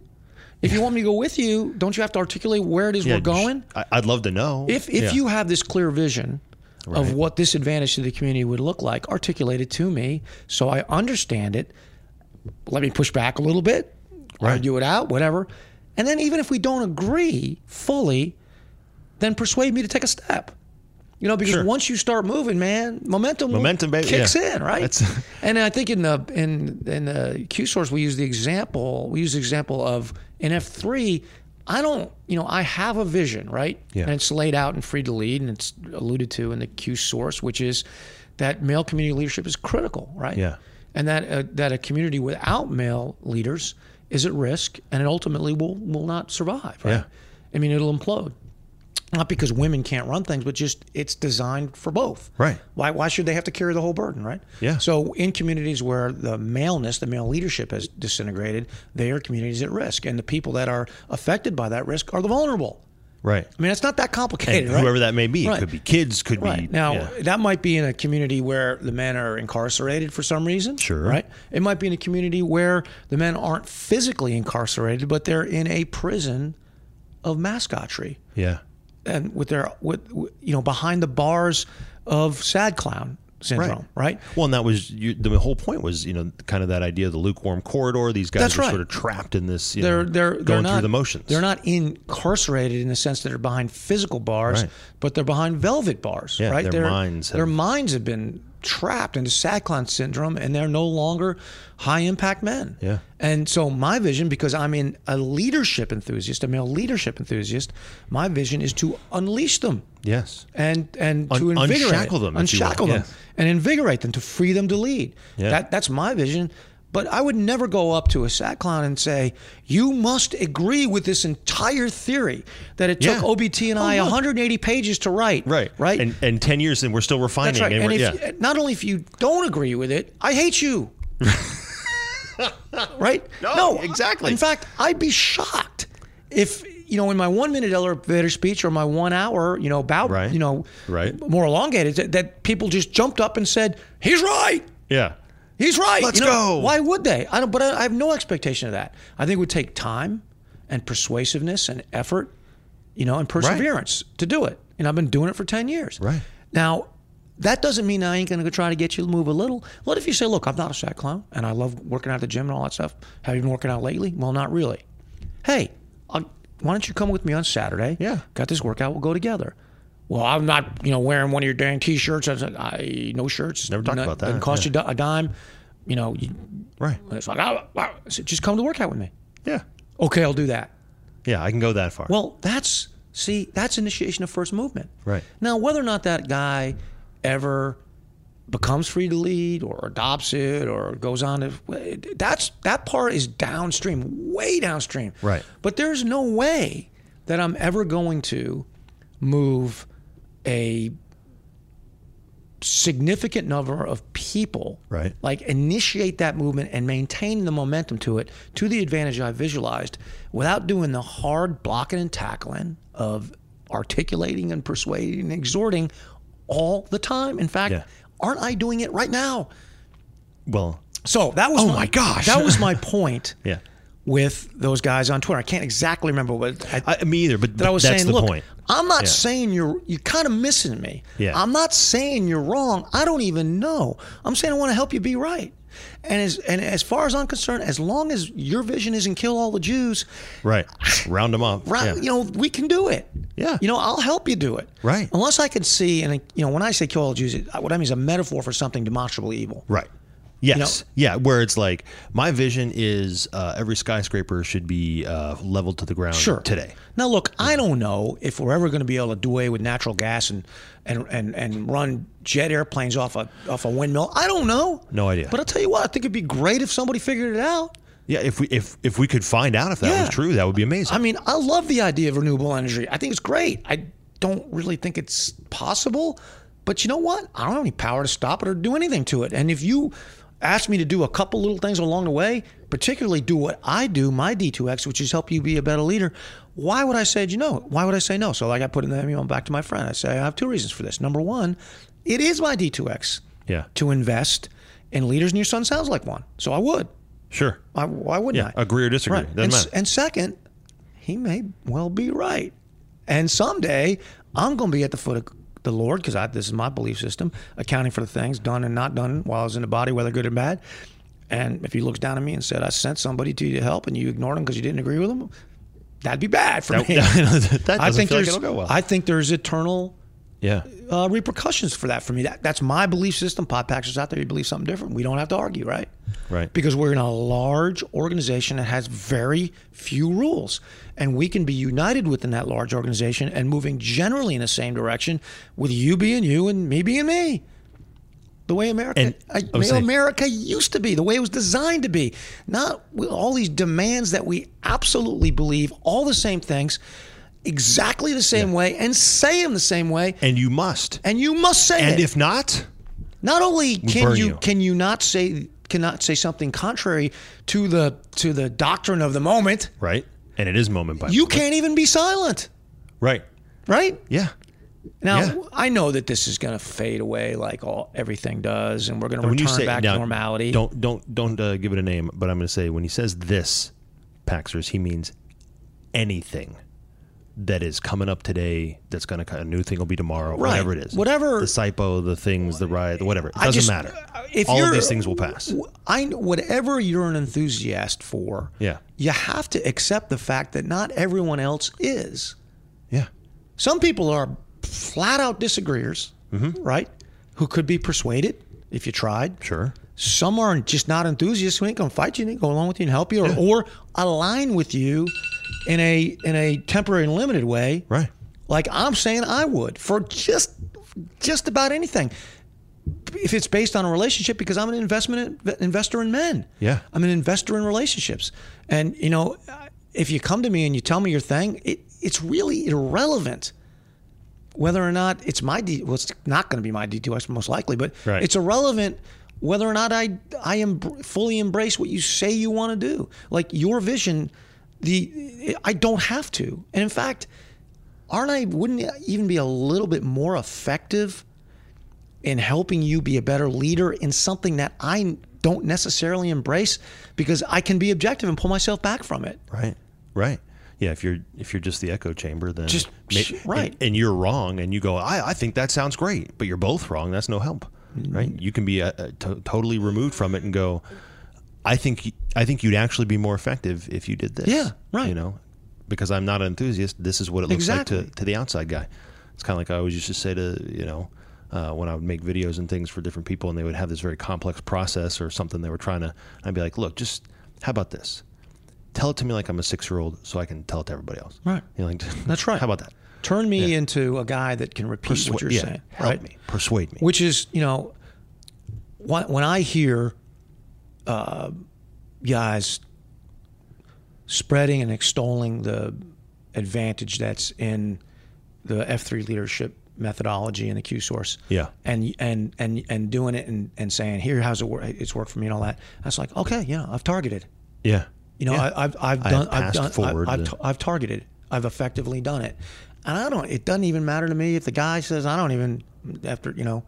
if you want me to go with you don't you have to articulate where it is Yeah, we're sh- going I, I'd love to know if if Yeah. you have this clear vision Right. of what this advantage to the community would look like, articulate it to me so I understand it. Let me push back a little bit, Right. argue it out, whatever. And then even if we don't agree fully, then persuade me to take a step. You know, because Sure. once you start moving, man, momentum Momentum, baby, kicks yeah. in, right? That's- and I think in the in in the Q source we use the example we use the example of in F three. I don't, you know, I have a vision, right? Yeah. And it's laid out in Free to Lead and it's alluded to in the Q source, which is that male community leadership is critical, right? Yeah. And that uh, that a community without male leaders is at risk and it ultimately will will not survive, right? Yeah. I mean, it'll implode. Not because women can't run things, but just it's designed for both. Right. Why, why should they have to carry the whole burden, right? Yeah. So in communities where the maleness, the male leadership has disintegrated, they are communities at risk, and the people that are affected by that risk are the vulnerable. Right. I mean, it's not that complicated, And right? whoever that may be, Right. it could be kids, could be Right. Now, yeah. that might be in a community where the men are incarcerated for some reason. Sure. Right? It might be in a community where the men aren't physically incarcerated, but they're in a prison of mascotry yeah, and with their, with, you know, behind the bars of sad clown syndrome, right? Well, and that was you, the whole point was you know kind of that idea of the lukewarm corridor. These guys That's are right. sort of trapped in this. You they're know, they're going they're through not, the motions. They're not incarcerated in the sense that they're behind physical bars, Right. but they're behind velvet bars. Yeah, right? their They're- minds have- Their minds have been trapped into sad clown syndrome, and they're no longer high impact men. Yeah. And so my vision, because I'm in a leadership enthusiast, a male leadership enthusiast, my vision is to unleash them Yes. and and Un- to invigorate unshackle them, if you will. unshackle them, Yes. and invigorate them to free them to lead. Yeah. That that's my vision. But I would never go up to a sat clown and say, "You must agree with this entire theory that it Yeah. took OBT and I 180 pages to write." Right. right, And and ten years and we're still refining. that's right. And And we're, if, yeah. not only if you don't agree with it, I hate you. right? No, exactly. In fact, I'd be shocked if you know in my one minute elevator speech or my one hour you know about Right. you know Right. more elongated that, that people just jumped up and said he's right yeah. he's right Let's You know, go. why would they i don't but I, I have no expectation of that i think it would take time and persuasiveness and effort you know and perseverance to do it and i've been doing it for 10 years Right. now, that doesn't mean I ain't going to try to get you to move a little. What if you say, look, I'm not a sad clown and I love working out at the gym and all that stuff. Have you been working out lately? Well, not really. Hey, i why don't you come with me on Saturday? Yeah. Got this workout. We'll go together. Well, I'm not, you know, wearing one of your dang t-shirts. I, said, I no shirts. Never talked Not- about that. Doesn't cost Yeah. you di- a dime. You know, you, Right. it's like, "Ah, ah." I said, just come to workout with me. Yeah. Okay, I'll do that. Yeah. I can go that far. Well, that's see, that's initiation of first movement. Right. Now, whether or not that guy ever becomes free to lead or adopts it or goes on to that's that part is downstream, way downstream. Right. But there's no way that I'm ever going to move a significant number of people Right. like initiate that movement and maintain the momentum to it to the advantage I visualized without doing the hard blocking and tackling of articulating and persuading and exhorting all the time. In fact, Yeah. aren't I doing it right now? well. So that was Oh my gosh. that was my point. Yeah. with those guys on Twitter, I can't exactly remember what I, I, me either. But, that I was that's saying. the Look, point. I'm not Yeah. saying you're you're kind of missing me. Yeah. I'm not saying you're wrong. I don't even know. I'm saying I want to help you be right. And as and as far as I'm concerned, as long as your vision isn't kill all the Jews, Right. Round them up. right? Yeah. You know, we can do it. Yeah. You know, I'll help you do it. Right. Unless I can see, and you know, when I say kill all the Jews, it- what I mean is a metaphor for something demonstrably evil. Right. Yes. yeah. Where it's like my vision is uh, every skyscraper should be uh, leveled to the ground Sure. today. Now, look, I don't know if we're ever going to be able to do away with natural gas and and and, and run jet airplanes off a off a windmill. I don't know. No idea. But I'll tell you what, I think it'd be great if somebody figured it out. Yeah. If we if if we could find out if that Yeah. was true, that would be amazing. I mean, I love the idea of renewable energy. I think it's great. I don't really think it's possible, but you know what? I don't have any power to stop it or do anything to it. And if you ask me to do a couple little things along the way, particularly do what I do, my D2X, which is help you be a better leader, why would I say you know? Why would I say no? So like I put in the email back to my friend. I say I have two reasons for this. Number one, it is my D2X Yeah. to invest in leaders, and your son sounds like one. So I would. sure. I, why wouldn't Yeah, I? agree or disagree. Right. Doesn't And, s- matter. and second, he may well be right. And someday I'm going to be at the foot of the Lord because this is my belief system, accounting for the things done and not done while I was in the body, whether good or bad. And if he looks down at me and said, "I sent somebody to you to help, and you ignored him because you didn't agree with him," that'd be bad for me. that doesn't I think feel like there's, it'll go well. I think there's eternal yeah. uh, repercussions for that for me. That, that's my belief system. Pod Packers out there, you believe something different. We don't have to argue, right? Right. Because we're in a large organization that has very few rules. And we can be united within that large organization and moving generally in the same direction with you being you and me being me. The way America, And I, I was the way saying- America used to be, the way it was designed to be, not with all these demands that we absolutely believe all the same things, exactly the same way, and say them the same way, And you must. and you must say And it. if not, Not only can burn you, you. can you not say cannot say something contrary to the to the doctrine of the moment, right? And it is moment by you moment. can't even be silent, Right. right? Yeah. Now Yeah. I know that this is going to fade away like all everything does, and we're going to And return back now, to normality. Don't don't don't uh, give it a name, but I'm going to say when he says this, Paxers, he means anything that is coming up today. That's going to a new thing will be tomorrow, Right. whatever it is, Whatever- the SIPO, the things, the riot, the whatever. It doesn't just- uh, matter. if All of you're- these things will pass. I whatever you're an enthusiast for, Yeah. you have to accept the fact that not everyone else is. Yeah. Some people are flat out disagreeers, Mm-hmm. right? Who could be persuaded if you tried. Sure. Some are just not enthusiasts who ain't gonna fight you, ain't gonna go along with you and help you, or, or align with you in a in a temporary and limited way. Right. Like I'm saying I would for just just about anything. If it's based on a relationship, because I'm an investment investor in men. Yeah. I'm an investor in relationships, and you know, if you come to me and you tell me your thing, it, it's really irrelevant whether or not it's my D. Well, it's not going to be my D2X most likely, but Right. it's irrelevant whether or not I I am fully embrace what you say you want to do. Like your vision, the I don't have to, and in fact, aren't I? Wouldn't it even be a little bit more effective in helping you be a better leader in something that I don't necessarily embrace because I can be objective and pull myself back from it. Right. Right. Yeah, if you're if you're just the echo chamber, then Just- may- right. and, and you're wrong, and you go, I, I think that sounds great, but you're both wrong. That's no help, Mm-hmm. right? You can be uh, uh, to- totally removed from it and go, I think y- I think you'd actually be more effective if you did this. Yeah, right. You know, because I'm not an enthusiast. This is what it looks like Exactly. to, to the outside guy. It's kind of like I always used to say to you know uh, when I would make videos and things for different people, and they would have this very complex process or something they were trying to. I'd be like, look, just how about this? Tell it to me like I'm a six year old, so I can tell it to everybody else. Right. You know, like, That's right. How about that? Turn me into a guy that can repeat what Persua- you're yeah, saying. Help right? me. Persuade me. Which is, you know, when when I hear uh, guys spreading and extolling the advantage that's in the F3 leadership methodology and the Q source, Yeah. and and and and doing it and, and saying here how's it work? It's worked for me and all that. That's like okay, yeah, I've targeted. yeah. You know, Yeah. I, I've I've I done have I've passed done forward I, I've, the- t- I've targeted. I've effectively done it, and I don't. It doesn't even matter to me if the guy says I don't even after you know.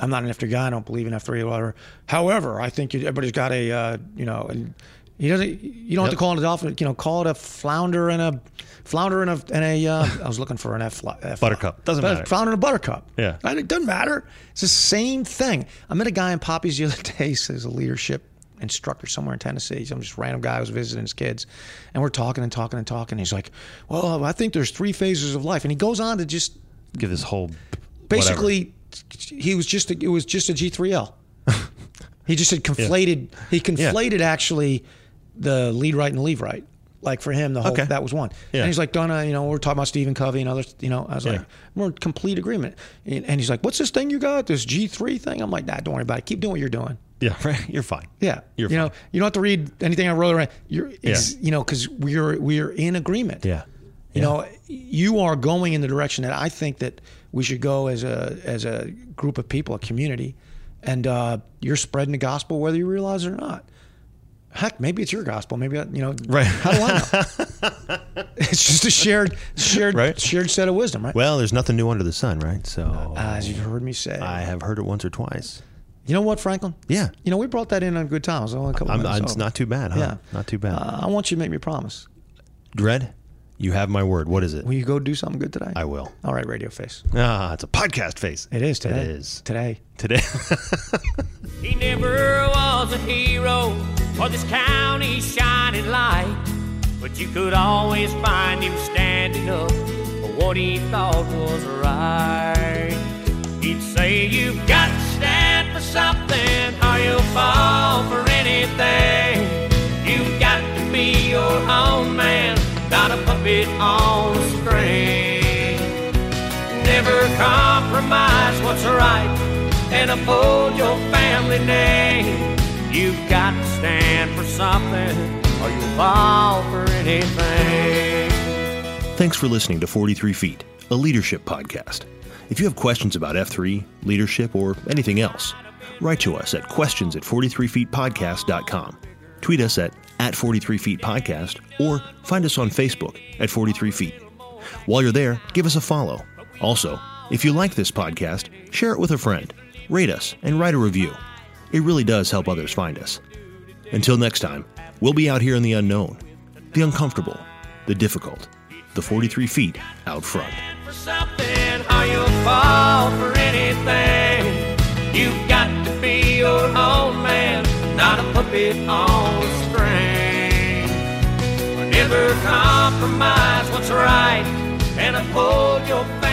I'm not an after guy. I don't believe in F three or whatever. However, I think you, everybody's got a uh, you know. And he doesn't. You don't have to call it a dolphin. You know, call it a flounder and a flounder and a and a. Uh, I was looking for an F, fly- F Buttercup. Doesn't but matter. Flounder and a buttercup. Yeah. And it doesn't matter. It's the same thing. I met a guy in Poppy's the other day. He's a leadership instructor somewhere in Tennessee. Some just random guy who was visiting his kids. And we're talking and talking and talking. He's like, well, I think there's three phases of life. And he goes on to just Give this whole basically, he was just, a, it was just a G3L. he just had conflated, he conflated actually the lead right and leave right. Like for him, the whole, Okay. that was one. Yeah. And he's like, Donna, you know, we're talking about Stephen Covey and others. You know, I was like, Yeah. we're in complete agreement. And, and he's like, what's this thing you got? This G3 thing? I'm like, nah, don't worry about it. Keep doing what you're doing. Yeah. Right. You're fine. Yeah. You're you fine. know, you don't have to read anything I wrote around. You're, it's, Yeah. you know, cause we're, we're in agreement. Yeah. You know, you are going in the direction that I think that we should go as a, as a group of people, a community, and, uh, you're spreading the gospel, whether you realize it or not. Heck, maybe it's your gospel. Maybe, I, you know, Right. how do I know? it's just a shared, shared, Right. shared set of wisdom, right? Well, there's nothing new under the sun, right? So as you've heard me say. I have heard it once or twice. You know what, Franklin? Yeah. You know, we brought that in on good times. Only a couple I'm, minutes it's over. not too bad, huh? Yeah. Not too bad. Uh, I want you to make me a promise. Dread, you have my word. What is it? Will you go do something good today? I will. All right, Radio Face. Ah, it's a podcast face. It is today. It is. Today. Today. He never was a hero for this county's shining light, but you could always find him standing up for what he thought was right. He'd say, You've got to stand for something or you'll fall for anything. You've got to be your own man, not a puppet on a string. Never compromise what's right and uphold your family name. You've got to stand for something or you'll fall for anything. Thanks for listening to 43 Feet, a leadership podcast. If you have questions about F3, leadership, or anything else, write to us at questions at 43feetpodcast.com. Tweet us at, at 43feetpodcast or find us on Facebook at 43feet. While you're there, give us a follow. Also, if you like this podcast, share it with a friend, rate us, and write a review. It really does help others find us. Until next time, we'll be out here in the unknown, the uncomfortable, the difficult, the 43 feet out front. for something or you'll fall for anything. You've got to be your own man, not a puppet on a string. Never compromise what's right and uphold your family.